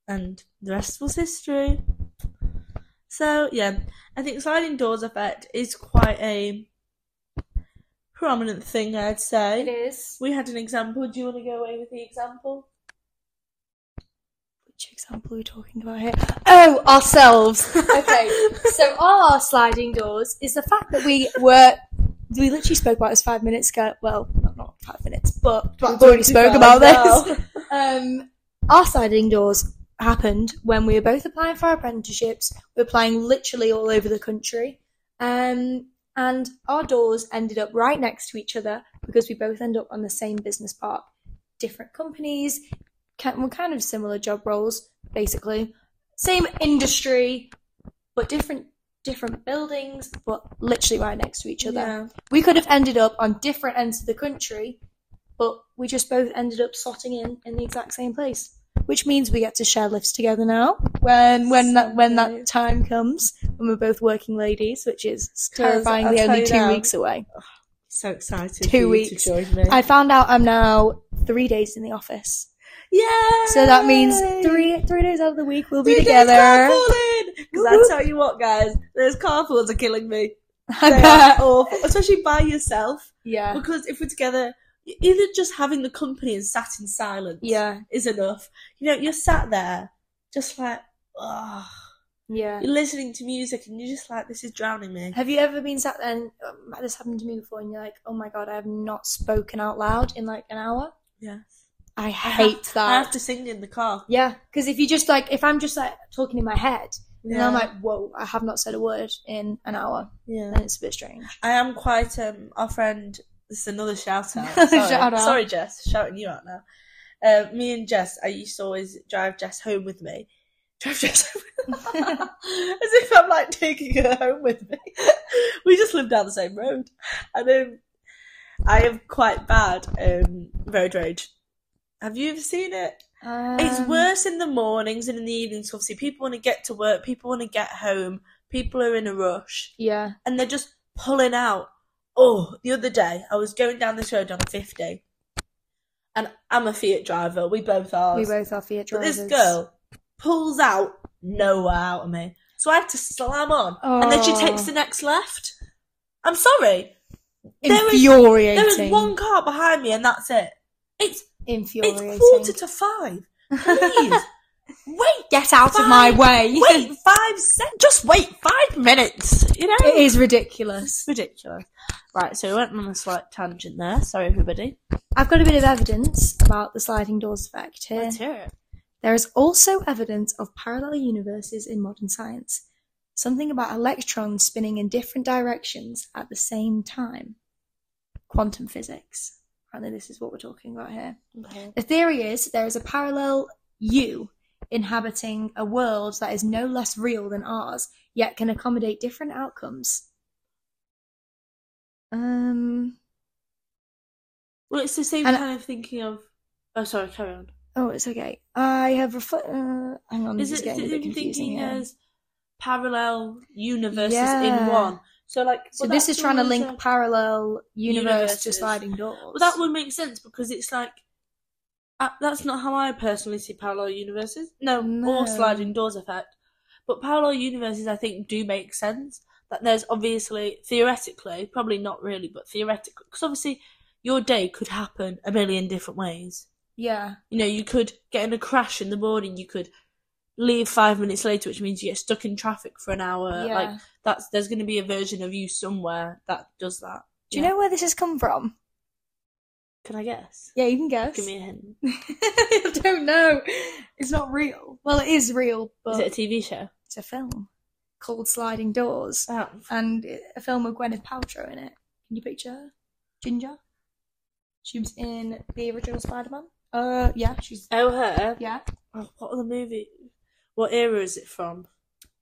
Speaker 1: and the rest was history. So yeah, I think sliding doors effect is quite a prominent thing. I'd
Speaker 2: It
Speaker 1: say
Speaker 2: is.
Speaker 1: we had an example. Do you want to go away with the example?
Speaker 2: Which example are we talking about here? Oh, ourselves. okay, so our sliding doors is the fact that we were. We literally spoke about this five minutes ago. Well, not, not five minutes, but we've already spoke about this. Um, our sliding doors happened when we were both applying for our apprenticeships. We are applying literally all over the country. Um, and our doors ended up right next to each other because we both end up on the same business park. Different companies, ki- well, kind of similar job roles, basically. Same industry, but different different buildings, but literally right next to each other.
Speaker 1: Yeah.
Speaker 2: We could have ended up on different ends of the country, but we just both ended up slotting in in the exact same place. Which means we get to share lifts together now. When when that when that
Speaker 1: Nice.
Speaker 2: time comes, when we're both working ladies, which is
Speaker 1: I'll
Speaker 2: terrifyingly
Speaker 1: tell
Speaker 2: only
Speaker 1: you
Speaker 2: two
Speaker 1: now.
Speaker 2: weeks away.
Speaker 1: So excited
Speaker 2: Two
Speaker 1: for you
Speaker 2: weeks.
Speaker 1: to join me.
Speaker 2: I found out I'm now three days in the office,
Speaker 1: yeah.
Speaker 2: so that means three three days out of the week we'll be
Speaker 1: Three days
Speaker 2: together.
Speaker 1: carpooling. 'Cause I
Speaker 2: Woo-hoo.
Speaker 1: tell you what, guys, those carpools are killing me.
Speaker 2: I
Speaker 1: They are
Speaker 2: bet.
Speaker 1: awful, especially by yourself.
Speaker 2: Yeah,
Speaker 1: Because if we're together, even just having the company and sat in silence
Speaker 2: yeah,
Speaker 1: is enough. You know, you're sat there just like, oh,
Speaker 2: yeah.
Speaker 1: you're listening to music and you're just like, this is drowning me.
Speaker 2: Have you ever been sat there and um, this happened to me before, and you're like, "Oh my god, I have not spoken out loud in like an hour."
Speaker 1: Yeah.
Speaker 2: I
Speaker 1: have-
Speaker 2: hate
Speaker 1: I have
Speaker 2: that.
Speaker 1: to sing in the car.
Speaker 2: Yeah, because if you just like, if I'm just like talking in my head, and then I'm like, "Whoa, I have not said a word in an hour,"
Speaker 1: yeah.
Speaker 2: then it's a bit strange.
Speaker 1: I am quite um our friend. This is another shout out.
Speaker 2: Another
Speaker 1: Sorry,
Speaker 2: shout out.
Speaker 1: Sorry, Jess, shouting you out now. Uh, me and Jess, I used to always drive Jess home with me. Drive Jess home. As if I'm like taking her home with me. We just live down the same road, and um, I am quite bad um road rage. Have you ever seen it? It's
Speaker 2: Um,
Speaker 1: worse in the mornings and in the evenings. Obviously, people want to get to work, people want to get home, people are in a rush
Speaker 2: Yeah,
Speaker 1: and they're just pulling out. Oh, the other day I was going down this road on 50, and I'm a Fiat driver. We both are.
Speaker 2: we both are
Speaker 1: But
Speaker 2: Fiat drivers.
Speaker 1: this girl pulls out nowhere out of me, so I have to slam on, and then she
Speaker 2: Oh.
Speaker 1: takes the next left. I'm sorry. There is-
Speaker 2: infuriating.
Speaker 1: There is one car behind me, and that's it. It's it's
Speaker 2: infuriating.
Speaker 1: quarter to five. Please wait,
Speaker 2: Get out of my way.
Speaker 1: wait five sec. Just wait five minutes. You know
Speaker 2: it is ridiculous.
Speaker 1: ridiculous. Right, so we went on a slight tangent there. Sorry, everybody.
Speaker 2: I've got a bit of evidence about the sliding doors effect here.
Speaker 1: Let's hear it.
Speaker 2: There is also evidence of parallel universes in modern science, something about electrons spinning in different directions at the same time. Quantum physics. Apparently, this is what we're talking about here. The theory is there is a parallel you inhabiting a world that is no less real than ours, yet can accommodate different outcomes. Um.
Speaker 1: Well, it's the same
Speaker 2: And-
Speaker 1: kind of thinking of. Oh, sorry, carry on.
Speaker 2: Oh, it's okay. I have reflect. Uh, hang on,
Speaker 1: Is
Speaker 2: this
Speaker 1: it the
Speaker 2: getting a bit
Speaker 1: same
Speaker 2: confusing
Speaker 1: thinking
Speaker 2: here.
Speaker 1: as parallel universes
Speaker 2: Yeah.
Speaker 1: in one? So, like,
Speaker 2: So
Speaker 1: well,
Speaker 2: this
Speaker 1: that's
Speaker 2: is trying to
Speaker 1: always
Speaker 2: link
Speaker 1: a-
Speaker 2: parallel universe to
Speaker 1: Universes.
Speaker 2: sliding doors.
Speaker 1: Well, that would make sense because it's like. Uh, that's not how I personally see parallel universes. No,
Speaker 2: No.
Speaker 1: or sliding doors effect. But parallel universes, I think, do make sense. That there's obviously, theoretically, probably not really, but theoretically, because obviously your day could happen a million different ways.
Speaker 2: yeah,
Speaker 1: You know, you could get in a crash in the morning, you could leave five minutes later, which means you get stuck in traffic for an hour.
Speaker 2: yeah.
Speaker 1: Uh, Like, that's there's going to be a version of you somewhere that does that.
Speaker 2: Do you
Speaker 1: yeah.
Speaker 2: know where this has come from?
Speaker 1: Can I guess?
Speaker 2: Yeah, you can guess.
Speaker 1: Give me a hint.
Speaker 2: I don't know. It's not real. Well, it is real,
Speaker 1: Is
Speaker 2: but
Speaker 1: it a TV show?
Speaker 2: it's a film called Sliding Doors,
Speaker 1: Oh.
Speaker 2: and it- a film with Gwyneth Paltrow in it. Can you picture her? Ginger? She was in the original Spider-Man. Uh, yeah, she's
Speaker 1: Oh, her.
Speaker 2: yeah.
Speaker 1: Oh, what other movie? What era is it from?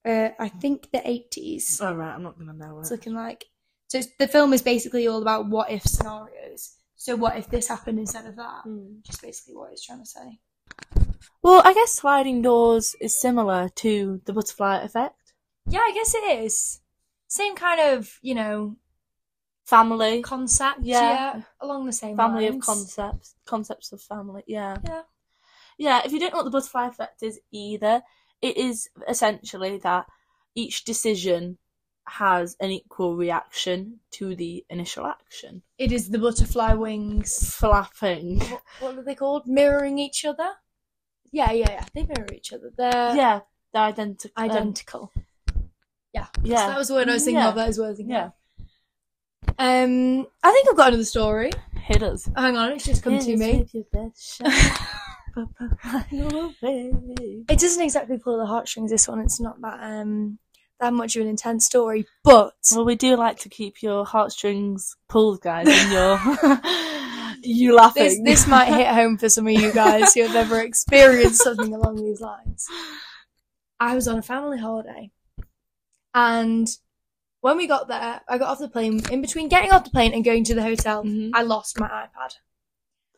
Speaker 2: Uh, I think the eighties.
Speaker 1: Oh, right, I'm not going to know
Speaker 2: It's
Speaker 1: it.
Speaker 2: looking like So it's, the film is basically all about what if scenarios. So what if this happened instead of that? Just basically what it's trying to say.
Speaker 1: Well, I guess sliding doors is similar to the butterfly effect.
Speaker 2: Yeah, I guess it is. Same kind of, you know,
Speaker 1: Family,
Speaker 2: concept.
Speaker 1: Yeah.
Speaker 2: Yeah. along the same
Speaker 1: family of
Speaker 2: lines.
Speaker 1: concepts, concepts of family. Yeah,
Speaker 2: Yeah.
Speaker 1: yeah. If you don't know what the butterfly effect is either, it is essentially that each decision has an equal reaction to the initial action.
Speaker 2: It is the butterfly wings.
Speaker 1: Flapping.
Speaker 2: What, what are they called? Mirroring each other? Yeah, yeah, yeah. They mirror each other. They're
Speaker 1: yeah, they're identical.
Speaker 2: identical.
Speaker 1: yeah,
Speaker 2: So that was the word I was thinking
Speaker 1: Yeah.
Speaker 2: of. That is what I was thinking
Speaker 1: Yeah.
Speaker 2: of. Um, I think I've got another story.
Speaker 1: hit us.
Speaker 2: Hang on, it's just come to me.
Speaker 1: me.
Speaker 2: It doesn't exactly pull the heartstrings. This one, it's not that um that much of an intense story, but
Speaker 1: well, we do like to keep your heartstrings pulled, guys, and your you laughing.
Speaker 2: this this might hit home for some of you guys who have ever experienced something along these lines. I was on a family holiday, and when we got there, I got off the plane. In between getting off the plane and going to the hotel,
Speaker 1: Mhm.
Speaker 2: I lost my iPad.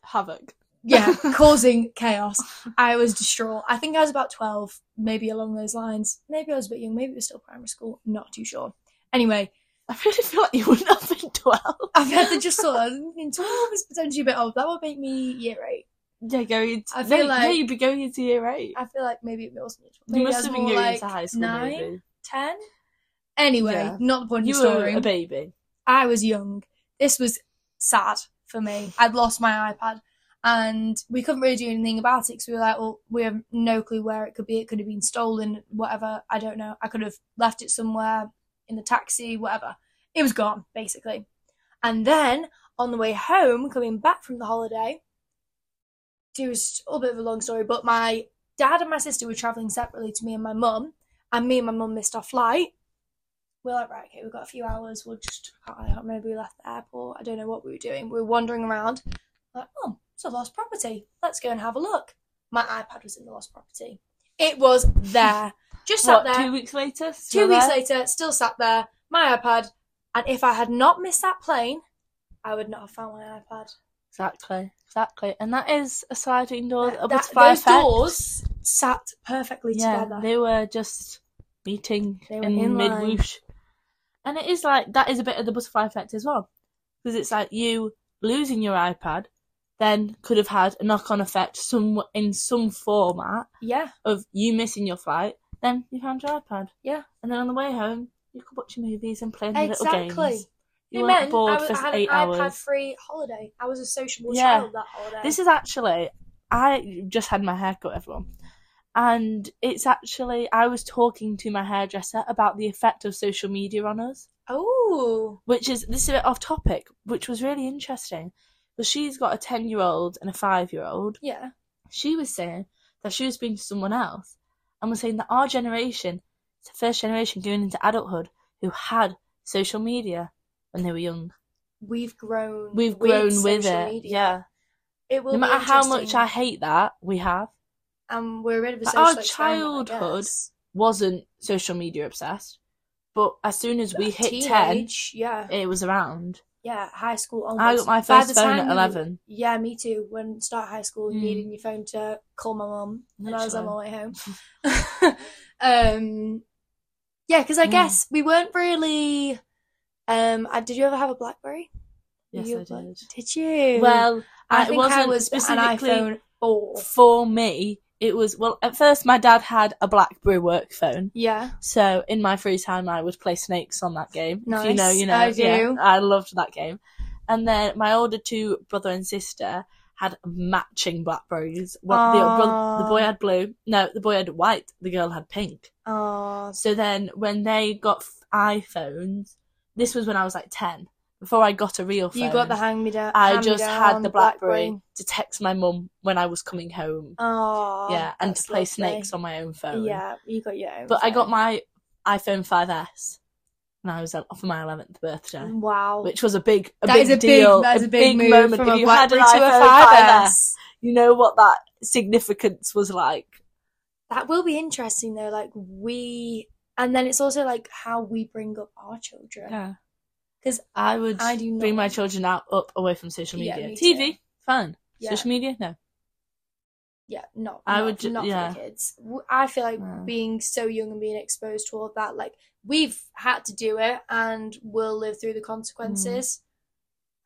Speaker 1: havoc.
Speaker 2: Mm-hmm. yeah, causing chaos. I was distraught. I think I was about 12, maybe along those lines. Maybe I was a bit young, maybe it was still primary school, not too sure. Anyway,
Speaker 1: I really feel like you wouldn't have been twelve.
Speaker 2: I've had to just sort of, I mean, 12 is potentially a bit old. oh, That would make me year 8.
Speaker 1: Yeah, going. Into,
Speaker 2: I feel
Speaker 1: no, yeah,
Speaker 2: like-
Speaker 1: you'd be going into year eight.
Speaker 2: I feel like maybe it was
Speaker 1: you
Speaker 2: maybe I
Speaker 1: must
Speaker 2: was
Speaker 1: have been
Speaker 2: more
Speaker 1: going
Speaker 2: like
Speaker 1: into high school.
Speaker 2: 9,
Speaker 1: maybe.
Speaker 2: 10. Anyway,
Speaker 1: Yeah.
Speaker 2: not the point
Speaker 1: You
Speaker 2: of the
Speaker 1: were
Speaker 2: story.
Speaker 1: a baby.
Speaker 2: I was young. This was sad for me. I'd lost my iPad and we couldn't really do anything about it because we were like, well, we have no clue where it could be. It could have been stolen, whatever. I don't know. I could have left it somewhere in the taxi, whatever. It was gone, basically. And then on the way home, coming back from the holiday, it was a bit of a long story, but my dad and my sister were traveling separately to me and my mum, and me and my mum missed our flight we're like, right, okay, we've got a few hours. We'll just, I don't know, maybe we left the airport. I don't know what we were doing. We were wandering around. Like, oh, it's a lost property. Let's go and have a look. My iPad was in the lost property. It was there. Just sat
Speaker 1: What,
Speaker 2: there.
Speaker 1: two weeks later?
Speaker 2: Two weeks later, still sat there, my iPad. And if I had not missed that plane, I would not have found my iPad.
Speaker 1: Exactly. Exactly. And that is a sliding door.
Speaker 2: That-
Speaker 1: a
Speaker 2: that-
Speaker 1: butterfly
Speaker 2: those
Speaker 1: effect.
Speaker 2: doors sat perfectly
Speaker 1: yeah,
Speaker 2: together.
Speaker 1: they were just meeting
Speaker 2: They were
Speaker 1: in,
Speaker 2: in
Speaker 1: mid
Speaker 2: line.
Speaker 1: whoosh. And it is like that is a bit of the butterfly effect as well, because it's like you losing your iPad, then could have had a knock on effect some in some format
Speaker 2: yeah,
Speaker 1: of you missing your flight. Then you found your iPad.
Speaker 2: Yeah.
Speaker 1: and then on the way home you could watch your movies and play little
Speaker 2: exactly.
Speaker 1: games. You
Speaker 2: It
Speaker 1: weren't
Speaker 2: meant I,
Speaker 1: bored
Speaker 2: was,
Speaker 1: for
Speaker 2: I had an
Speaker 1: eight
Speaker 2: iPad
Speaker 1: hours.
Speaker 2: free holiday. I was a sociable
Speaker 1: Yeah.
Speaker 2: child that holiday.
Speaker 1: This is actually, I just had my hair cut, everyone. And it's actually, I was talking to my hairdresser about the effect of social media on us,
Speaker 2: Oh,
Speaker 1: which is, this is a bit off topic, which was really interesting. But she's got a 10 year old and a 5 year old.
Speaker 2: yeah.
Speaker 1: She was saying that she was speaking to someone else and was saying that our generation, it's the first generation going into adulthood who had social media when they were young.
Speaker 2: We've grown.
Speaker 1: We've grown
Speaker 2: social
Speaker 1: with it.
Speaker 2: media.
Speaker 1: Yeah.
Speaker 2: It will
Speaker 1: No
Speaker 2: be
Speaker 1: matter how much
Speaker 2: interesting.
Speaker 1: I hate that, we have.
Speaker 2: um, we're a bit of a
Speaker 1: But
Speaker 2: social
Speaker 1: our
Speaker 2: experiment, I
Speaker 1: childhood
Speaker 2: guess.
Speaker 1: wasn't social media obsessed, but as soon as we hit
Speaker 2: Teenage, yeah,
Speaker 1: 10, it was around.
Speaker 2: yeah. High school. Onwards.
Speaker 1: I got my
Speaker 2: By
Speaker 1: first
Speaker 2: the
Speaker 1: phone
Speaker 2: time
Speaker 1: at
Speaker 2: you-
Speaker 1: 11.
Speaker 2: yeah, me too. When start high school,
Speaker 1: Mm.
Speaker 2: needing your phone to call my mum, and I was on my
Speaker 1: Literally.
Speaker 2: way home. um, yeah, because I
Speaker 1: Mm.
Speaker 2: guess we weren't really. Um, I, did you ever have a BlackBerry? Were
Speaker 1: Yes,
Speaker 2: you
Speaker 1: I
Speaker 2: a Black-
Speaker 1: did.
Speaker 2: Did you?
Speaker 1: Well,
Speaker 2: I
Speaker 1: it
Speaker 2: think I
Speaker 1: wasn't
Speaker 2: was
Speaker 1: specifically-
Speaker 2: an iPhone four.
Speaker 1: for me, it was, well, at first my dad had a Blackberry work phone.
Speaker 2: Yeah.
Speaker 1: So in my free time, I would play Snakes on that game. If you know,
Speaker 2: Nice.
Speaker 1: you know.
Speaker 2: I
Speaker 1: Yeah,
Speaker 2: do.
Speaker 1: I loved that game. And then my older two brother and sister had matching Blackberries. Well, the, bro- the boy
Speaker 2: Aw.
Speaker 1: had blue. No, the boy had white. The girl had pink.
Speaker 2: Oh,
Speaker 1: So then when they got f- iPhones, this was when I was like 10, before I got a real phone.
Speaker 2: you got the hang me down.
Speaker 1: I just had the Blackberry, to text my mum when I was coming home.
Speaker 2: Oh,
Speaker 1: yeah, and to play Snakes on my own phone.
Speaker 2: Yeah, you got your own.
Speaker 1: But I got
Speaker 2: phone.
Speaker 1: my iPhone 5S when I was uh, for my 11th birthday.
Speaker 2: Wow.
Speaker 1: Which was a big, a
Speaker 2: that
Speaker 1: big
Speaker 2: is a
Speaker 1: deal,
Speaker 2: big, that is a big, move
Speaker 1: moment.
Speaker 2: from
Speaker 1: if
Speaker 2: a
Speaker 1: you had an
Speaker 2: BlackBerry to a
Speaker 1: iPhone
Speaker 2: 5S.
Speaker 1: 5S, you know what that significance was like.
Speaker 2: That will be interesting though. Like we, and then it's also like how we bring up our children.
Speaker 1: Yeah, Because I would
Speaker 2: I do
Speaker 1: bring
Speaker 2: not.
Speaker 1: my children out up away from social
Speaker 2: Yeah,
Speaker 1: media.
Speaker 2: me too.
Speaker 1: TV, fine.
Speaker 2: Yeah.
Speaker 1: Social media, no.
Speaker 2: Yeah, not.
Speaker 1: I
Speaker 2: not,
Speaker 1: would ju-
Speaker 2: not
Speaker 1: yeah.
Speaker 2: for the kids. W- I feel like
Speaker 1: No.
Speaker 2: being so young and being exposed to all of that, like we've had to do it, and we'll live through the consequences,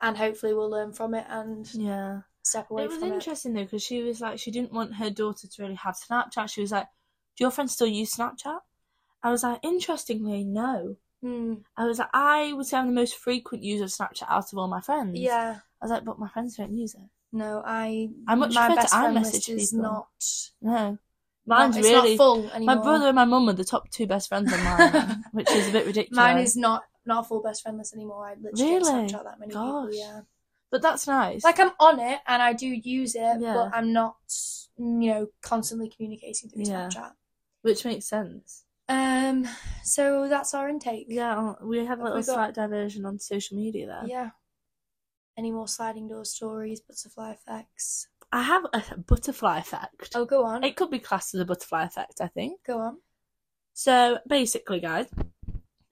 Speaker 2: and hopefully we'll learn from it and
Speaker 1: Yeah.
Speaker 2: step away
Speaker 1: Mm. It was
Speaker 2: from it.
Speaker 1: interesting though because she was like, she didn't want her daughter to really have Snapchat. She was like, "Do your friends still use Snapchat?" I was like, interestingly, no.
Speaker 2: Mm,
Speaker 1: I was like, I would say I'm the most frequent user of Snapchat out of all my friends.
Speaker 2: yeah.
Speaker 1: I was like, but my friends don't use it.
Speaker 2: No, I.
Speaker 1: I much
Speaker 2: my
Speaker 1: prefer to
Speaker 2: best friend
Speaker 1: iMessage
Speaker 2: list is
Speaker 1: people.
Speaker 2: not.
Speaker 1: No.
Speaker 2: not-
Speaker 1: Mine's
Speaker 2: it's
Speaker 1: really
Speaker 2: not full
Speaker 1: My
Speaker 2: anymore.
Speaker 1: brother and my mum were the top two best friends on mine, which is a bit ridiculous.
Speaker 2: Mine is not not full best friend list anymore. I literally
Speaker 1: Really?
Speaker 2: don't Snapchat that many people.
Speaker 1: Gosh.
Speaker 2: Yeah.
Speaker 1: but that's nice.
Speaker 2: Like I'm on it and I do use it,
Speaker 1: Yeah.
Speaker 2: but I'm not, mm, you know, constantly communicating through
Speaker 1: Yeah.
Speaker 2: Snapchat.
Speaker 1: which makes sense.
Speaker 2: Um, so that's our intake.
Speaker 1: Yeah, uh, we have a
Speaker 2: Have
Speaker 1: little
Speaker 2: we got-
Speaker 1: slight diversion on social media there.
Speaker 2: Yeah. Any more sliding door stories, butterfly effects?
Speaker 1: I have a butterfly effect.
Speaker 2: Oh, go on.
Speaker 1: It could be classed as a butterfly effect, I think.
Speaker 2: Go on.
Speaker 1: So basically, guys,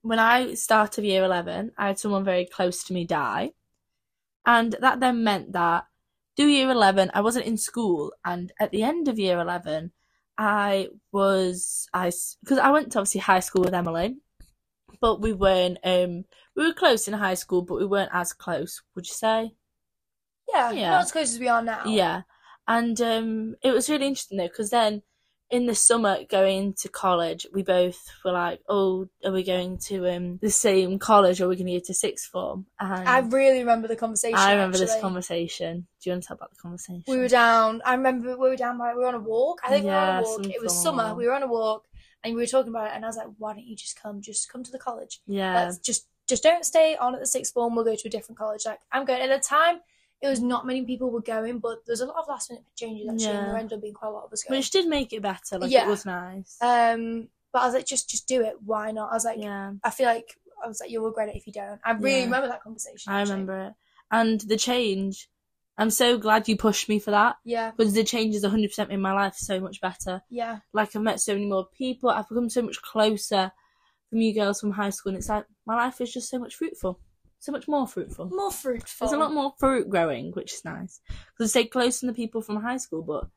Speaker 1: when I started year 11, I had someone very close to me die. And that then meant that through year 11, I wasn't in school. And at the end of year 11, I was, I, because I went to obviously high school with Emily, but we weren't, um, we were close in high school, but we weren't as close, would you say?
Speaker 2: Yeah,
Speaker 1: Yeah.
Speaker 2: not as close as we are now.
Speaker 1: Yeah, and um, it was really interesting though because then in the summer going to college, we both were like, "Oh, are we going to um the same college or are we going to go to sixth form?" And
Speaker 2: I really remember the conversation.
Speaker 1: I remember this
Speaker 2: actually.
Speaker 1: conversation. Do you want to tell about the conversation?
Speaker 2: We were down. I remember we were down by. We were on a walk. I think
Speaker 1: Yeah,
Speaker 2: we were on a
Speaker 1: some
Speaker 2: walk. It was
Speaker 1: form of
Speaker 2: summer.
Speaker 1: walk.
Speaker 2: We were on a walk, and we were talking about it. And I was like, "Why don't you just come? Just come to the college.
Speaker 1: yeah,
Speaker 2: Let's just just don't stay on at the sixth form. We'll go to a different college. Like I'm going at the time. It was not many people were going, but there's a lot of last minute changes actually, and
Speaker 1: Yeah.
Speaker 2: there ended up being quite a lot of us going.
Speaker 1: which did make it better. Like
Speaker 2: Yeah.
Speaker 1: it was nice.
Speaker 2: Um, but I was like, just just do it. Why not? I was like,
Speaker 1: yeah,
Speaker 2: I feel like I was like, you'll regret it if you don't. I really
Speaker 1: Yeah.
Speaker 2: remember that conversation.
Speaker 1: I
Speaker 2: actually.
Speaker 1: remember it. And the change, I'm so glad you pushed me for that
Speaker 2: Yeah,
Speaker 1: because the change has 100% made my life so much better.
Speaker 2: yeah,
Speaker 1: like I've met so many more people. I've become so much closer from you girls from high school, and it's like my life is just so much fruitful, so much more fruitful.
Speaker 2: more fruitful.
Speaker 1: There's a lot more fruit growing, which is nice. Because I stay close to the people from high school, but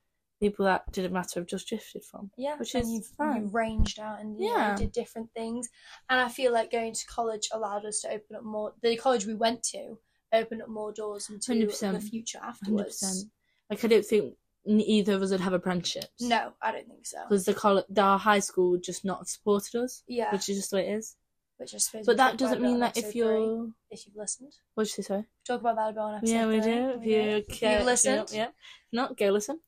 Speaker 1: people that didn't matter have just drifted from.
Speaker 2: Yeah,
Speaker 1: which
Speaker 2: and
Speaker 1: is
Speaker 2: you've,
Speaker 1: fun.
Speaker 2: you've ranged out and you know,
Speaker 1: Yeah.
Speaker 2: did different things. And I feel like going to college allowed us to open up more. The college we went to opened up more doors into
Speaker 1: 100%.
Speaker 2: the future
Speaker 1: Hundred
Speaker 2: afterwards.
Speaker 1: percent. Like I don't think n- either of us would have apprenticeships.
Speaker 2: No, I don't think so.
Speaker 1: because the college, our high school, just not supported us,
Speaker 2: Yeah, which,
Speaker 1: which is just the way it is.
Speaker 2: I suppose.
Speaker 1: But
Speaker 2: we
Speaker 1: that
Speaker 2: talked
Speaker 1: doesn't
Speaker 2: about it on
Speaker 1: mean that
Speaker 2: episode
Speaker 1: if
Speaker 2: three,
Speaker 1: you're,
Speaker 2: if you've listened,
Speaker 1: what did you say?
Speaker 2: talk about that about on episode
Speaker 1: Yeah, we
Speaker 2: three,
Speaker 1: do. If
Speaker 2: we
Speaker 1: you care,
Speaker 2: you listened,
Speaker 1: yeah. Not go listen.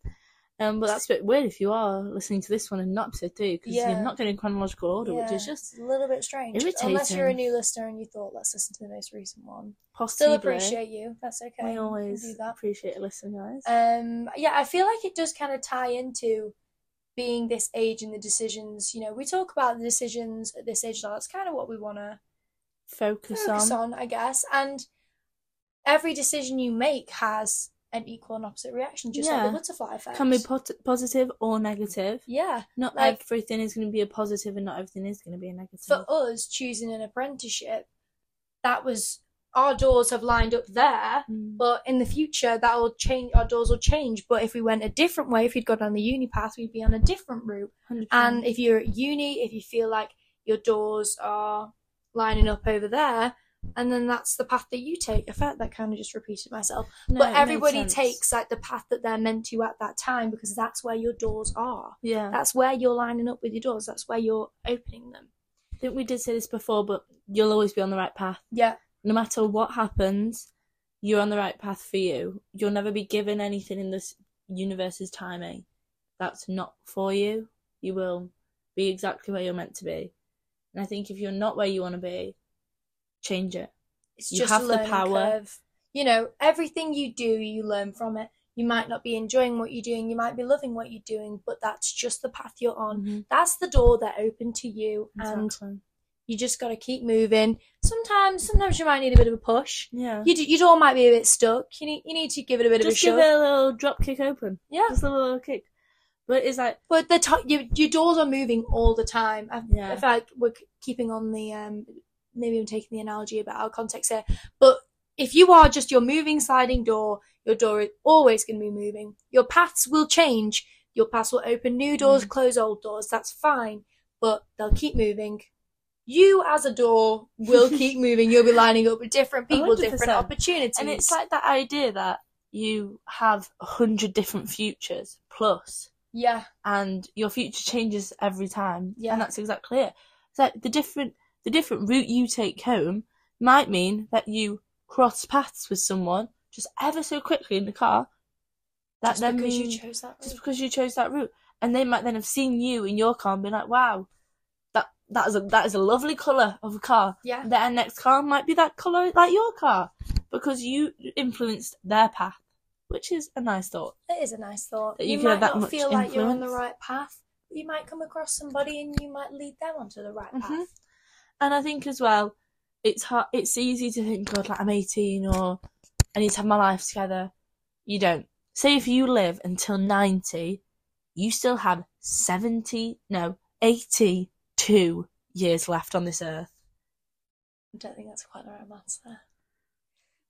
Speaker 1: Um, but that's a bit weird if you are listening to this one and not episode three because
Speaker 2: Yeah.
Speaker 1: you're not going in chronological order, which is
Speaker 2: Yeah,
Speaker 1: just
Speaker 2: it's a little bit strange. Unless
Speaker 1: irritating.
Speaker 2: you're a new listener and you thought, let's listen to the most recent one.
Speaker 1: possibly.
Speaker 2: Still appreciate you. That's okay.
Speaker 1: We
Speaker 2: you can
Speaker 1: always
Speaker 2: do that.
Speaker 1: appreciate a listen, guys.
Speaker 2: Um, yeah, I feel like it does kind of tie into being this age and the decisions. You know, we talk about the decisions at this age. Now. That's kind of what we want to
Speaker 1: focus,
Speaker 2: focus
Speaker 1: on.
Speaker 2: on, I guess. And every decision you make has an equal and opposite reaction, just like
Speaker 1: Yeah.
Speaker 2: the butterfly effect.
Speaker 1: Can be pot- positive or negative.
Speaker 2: yeah.
Speaker 1: Not
Speaker 2: Like-
Speaker 1: everything is going to be a positive, and not everything is going to be a negative.
Speaker 2: For us choosing an apprenticeship, that was our doors have lined up there.
Speaker 1: Mm.
Speaker 2: But in the future, that will change. Our doors will change. But if we went a different way, if we'd gone down the uni path, we'd be on a different route.
Speaker 1: 100%.
Speaker 2: And if you're at uni, if you feel like your doors are lining up over there, and then that's the path that you take. I felt that kind of just repeated myself.
Speaker 1: No, it
Speaker 2: but
Speaker 1: made
Speaker 2: everybody
Speaker 1: sense.
Speaker 2: takes like the path that they're meant to at that time because that's where your doors are.
Speaker 1: Yeah,
Speaker 2: That's where you're lining up with your doors. That's where you're opening them.
Speaker 1: I think we did say this before, but you'll always be on the right path.
Speaker 2: Yeah.
Speaker 1: no matter what happens, you're on the right path for you. You'll never be given anything in this universe's timing that's not for you. You will be exactly where you're meant to be. And I think if you're not where you want to be, change it.
Speaker 2: It's
Speaker 1: You
Speaker 2: just
Speaker 1: have
Speaker 2: a
Speaker 1: the
Speaker 2: learning
Speaker 1: power.
Speaker 2: curve. You know, everything you do, you learn from it. You might not be enjoying what you're doing, you might be loving what you're doing, but that's just the path you're on. That's the door that opened to you and
Speaker 1: Mm-hmm, Exactly.
Speaker 2: you just got to keep moving. Sometimes, sometimes you might need a bit of a push.
Speaker 1: yeah.
Speaker 2: You do, your door might be a bit stuck. You need, you need to give it a bit
Speaker 1: Just
Speaker 2: of
Speaker 1: give
Speaker 2: a shove.
Speaker 1: it a little drop kick open.
Speaker 2: Yeah.
Speaker 1: Just a little, little kick. But it's like,
Speaker 2: But the to- your, your doors are moving all the time. I,
Speaker 1: Yeah.
Speaker 2: I feel like we're k- keeping on the um, maybe I'm taking the analogy about our context here, but if you are just your moving sliding door, your door is always going to be moving. Your paths will change. Your paths will open new doors, close old doors. That's fine, but they'll keep moving. You as a door will keep moving. You'll be lining up with different people, different
Speaker 1: 100%.
Speaker 2: opportunities.
Speaker 1: And it's like that idea that you have a hundred different futures plus,
Speaker 2: yeah,
Speaker 1: and your future changes every time.
Speaker 2: Yeah.
Speaker 1: and that's exactly it. It's like the different the different route you take home might mean that you cross paths with someone just ever so quickly in the car. That
Speaker 2: just
Speaker 1: then
Speaker 2: because
Speaker 1: means-
Speaker 2: you chose that.
Speaker 1: just
Speaker 2: route.
Speaker 1: because you chose that route, and they might then have seen you in your car and been like, "Wow, that that is a that is a lovely color of a car."
Speaker 2: Yeah.
Speaker 1: Their next car might be that color like your car because you influenced their path, which is a nice thought.
Speaker 2: That is a nice thought.
Speaker 1: That you
Speaker 2: you might
Speaker 1: can have that
Speaker 2: not
Speaker 1: much
Speaker 2: feel like you're on the
Speaker 1: influence.
Speaker 2: right path. but You might come across somebody and you might lead them onto the right
Speaker 1: Mhm.
Speaker 2: path.
Speaker 1: And I think as well, it's hard, it's easy to think, God, like I'm 18 or I need to have my life together. You don't. Say if you live until 90, you still have 70, no, 82 years left on this earth.
Speaker 2: I don't think that's quite the right maths there.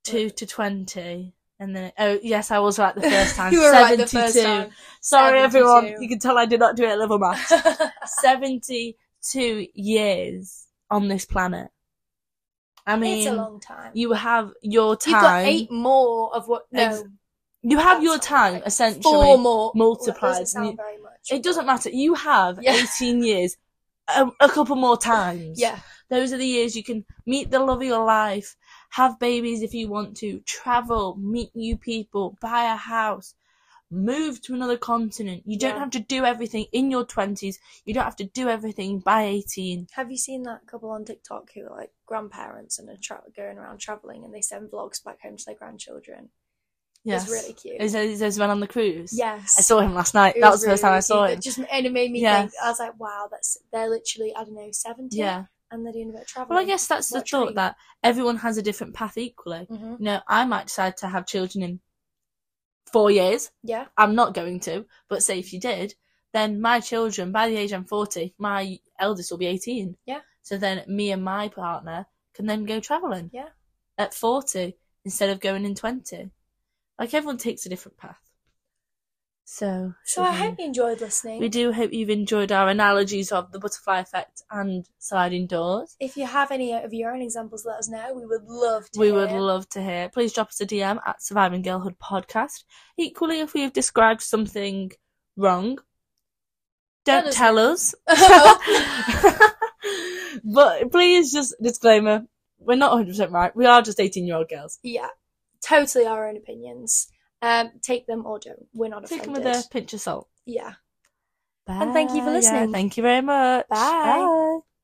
Speaker 1: two to twenty, and then oh yes, I was right the first time.
Speaker 2: you were right the
Speaker 1: 72.
Speaker 2: first time.
Speaker 1: Sorry, everyone.
Speaker 2: 72.
Speaker 1: You can tell I did not do it level math. Seventy-two years on this planet. I
Speaker 2: it's a
Speaker 1: mean,
Speaker 2: long time.
Speaker 1: you have your
Speaker 2: You've got
Speaker 1: time.
Speaker 2: eight more of what? No,
Speaker 1: Ex- you have
Speaker 2: that's
Speaker 1: your
Speaker 2: not
Speaker 1: time
Speaker 2: right.
Speaker 1: essentially.
Speaker 2: four more.
Speaker 1: multiplied,
Speaker 2: Well, that doesn't
Speaker 1: and
Speaker 2: sound
Speaker 1: you-
Speaker 2: very much.
Speaker 1: It doesn't matter. You have
Speaker 2: Yeah.
Speaker 1: eighteen years. A, a couple more times.
Speaker 2: Yeah,
Speaker 1: Those are the years you can meet the love of your life, have babies if you want to, travel, meet new people, buy a house, move to another continent. You don't
Speaker 2: Yeah.
Speaker 1: have to do everything in your 20s. You don't have to do everything by 18.
Speaker 2: have you seen that couple on TikTok who are like grandparents and are tra- going around traveling and they send vlogs back home to their grandchildren?
Speaker 1: Yes.
Speaker 2: It's really cute.
Speaker 1: Is there, is there one on the cruise?
Speaker 2: yes,
Speaker 1: I saw him last night.
Speaker 2: It
Speaker 1: that
Speaker 2: was
Speaker 1: was the first time I
Speaker 2: really
Speaker 1: saw
Speaker 2: cute.
Speaker 1: him.
Speaker 2: It just and it made me
Speaker 1: Yeah.
Speaker 2: think. I was like, wow, that's they're literally I don't know seventy,
Speaker 1: Yeah.
Speaker 2: and they're doing a bit of traveling.
Speaker 1: Well, I guess that's the
Speaker 2: What a
Speaker 1: thought
Speaker 2: treat.
Speaker 1: that everyone has a different path equally.
Speaker 2: hmm
Speaker 1: You know, I might decide to have children in four years.
Speaker 2: Yeah,
Speaker 1: I'm not going to, but say if you did, then my children, by the age I'm 40, my eldest will be 18.
Speaker 2: Yeah.
Speaker 1: So then me and my partner can then go travelling.
Speaker 2: Yeah.
Speaker 1: At 40 instead of going in 20. Like everyone takes a different path. So,
Speaker 2: so I hope you enjoyed listening.
Speaker 1: Mm-hmm. we do hope you've enjoyed our analogies of the butterfly effect and sliding doors.
Speaker 2: If you have any of your own examples, let us know. We would love to.
Speaker 1: We
Speaker 2: hear
Speaker 1: would
Speaker 2: it.
Speaker 1: love to hear. Please drop us a DM at Surviving Girlhood Podcast. Equally, if we have described something wrong,
Speaker 2: Let
Speaker 1: don't
Speaker 2: us
Speaker 1: tell us. but please just disclaimer we're not 100% right. We are just 18 year old girls.
Speaker 2: Yeah, totally our own opinions. Um, take them or don't. We're not
Speaker 1: Take them
Speaker 2: offended.
Speaker 1: with a pinch of salt.
Speaker 2: yeah.
Speaker 1: Bye.
Speaker 2: And thank you for
Speaker 1: Yeah,
Speaker 2: listening.
Speaker 1: thank you very much.
Speaker 2: Bye.
Speaker 1: Bye.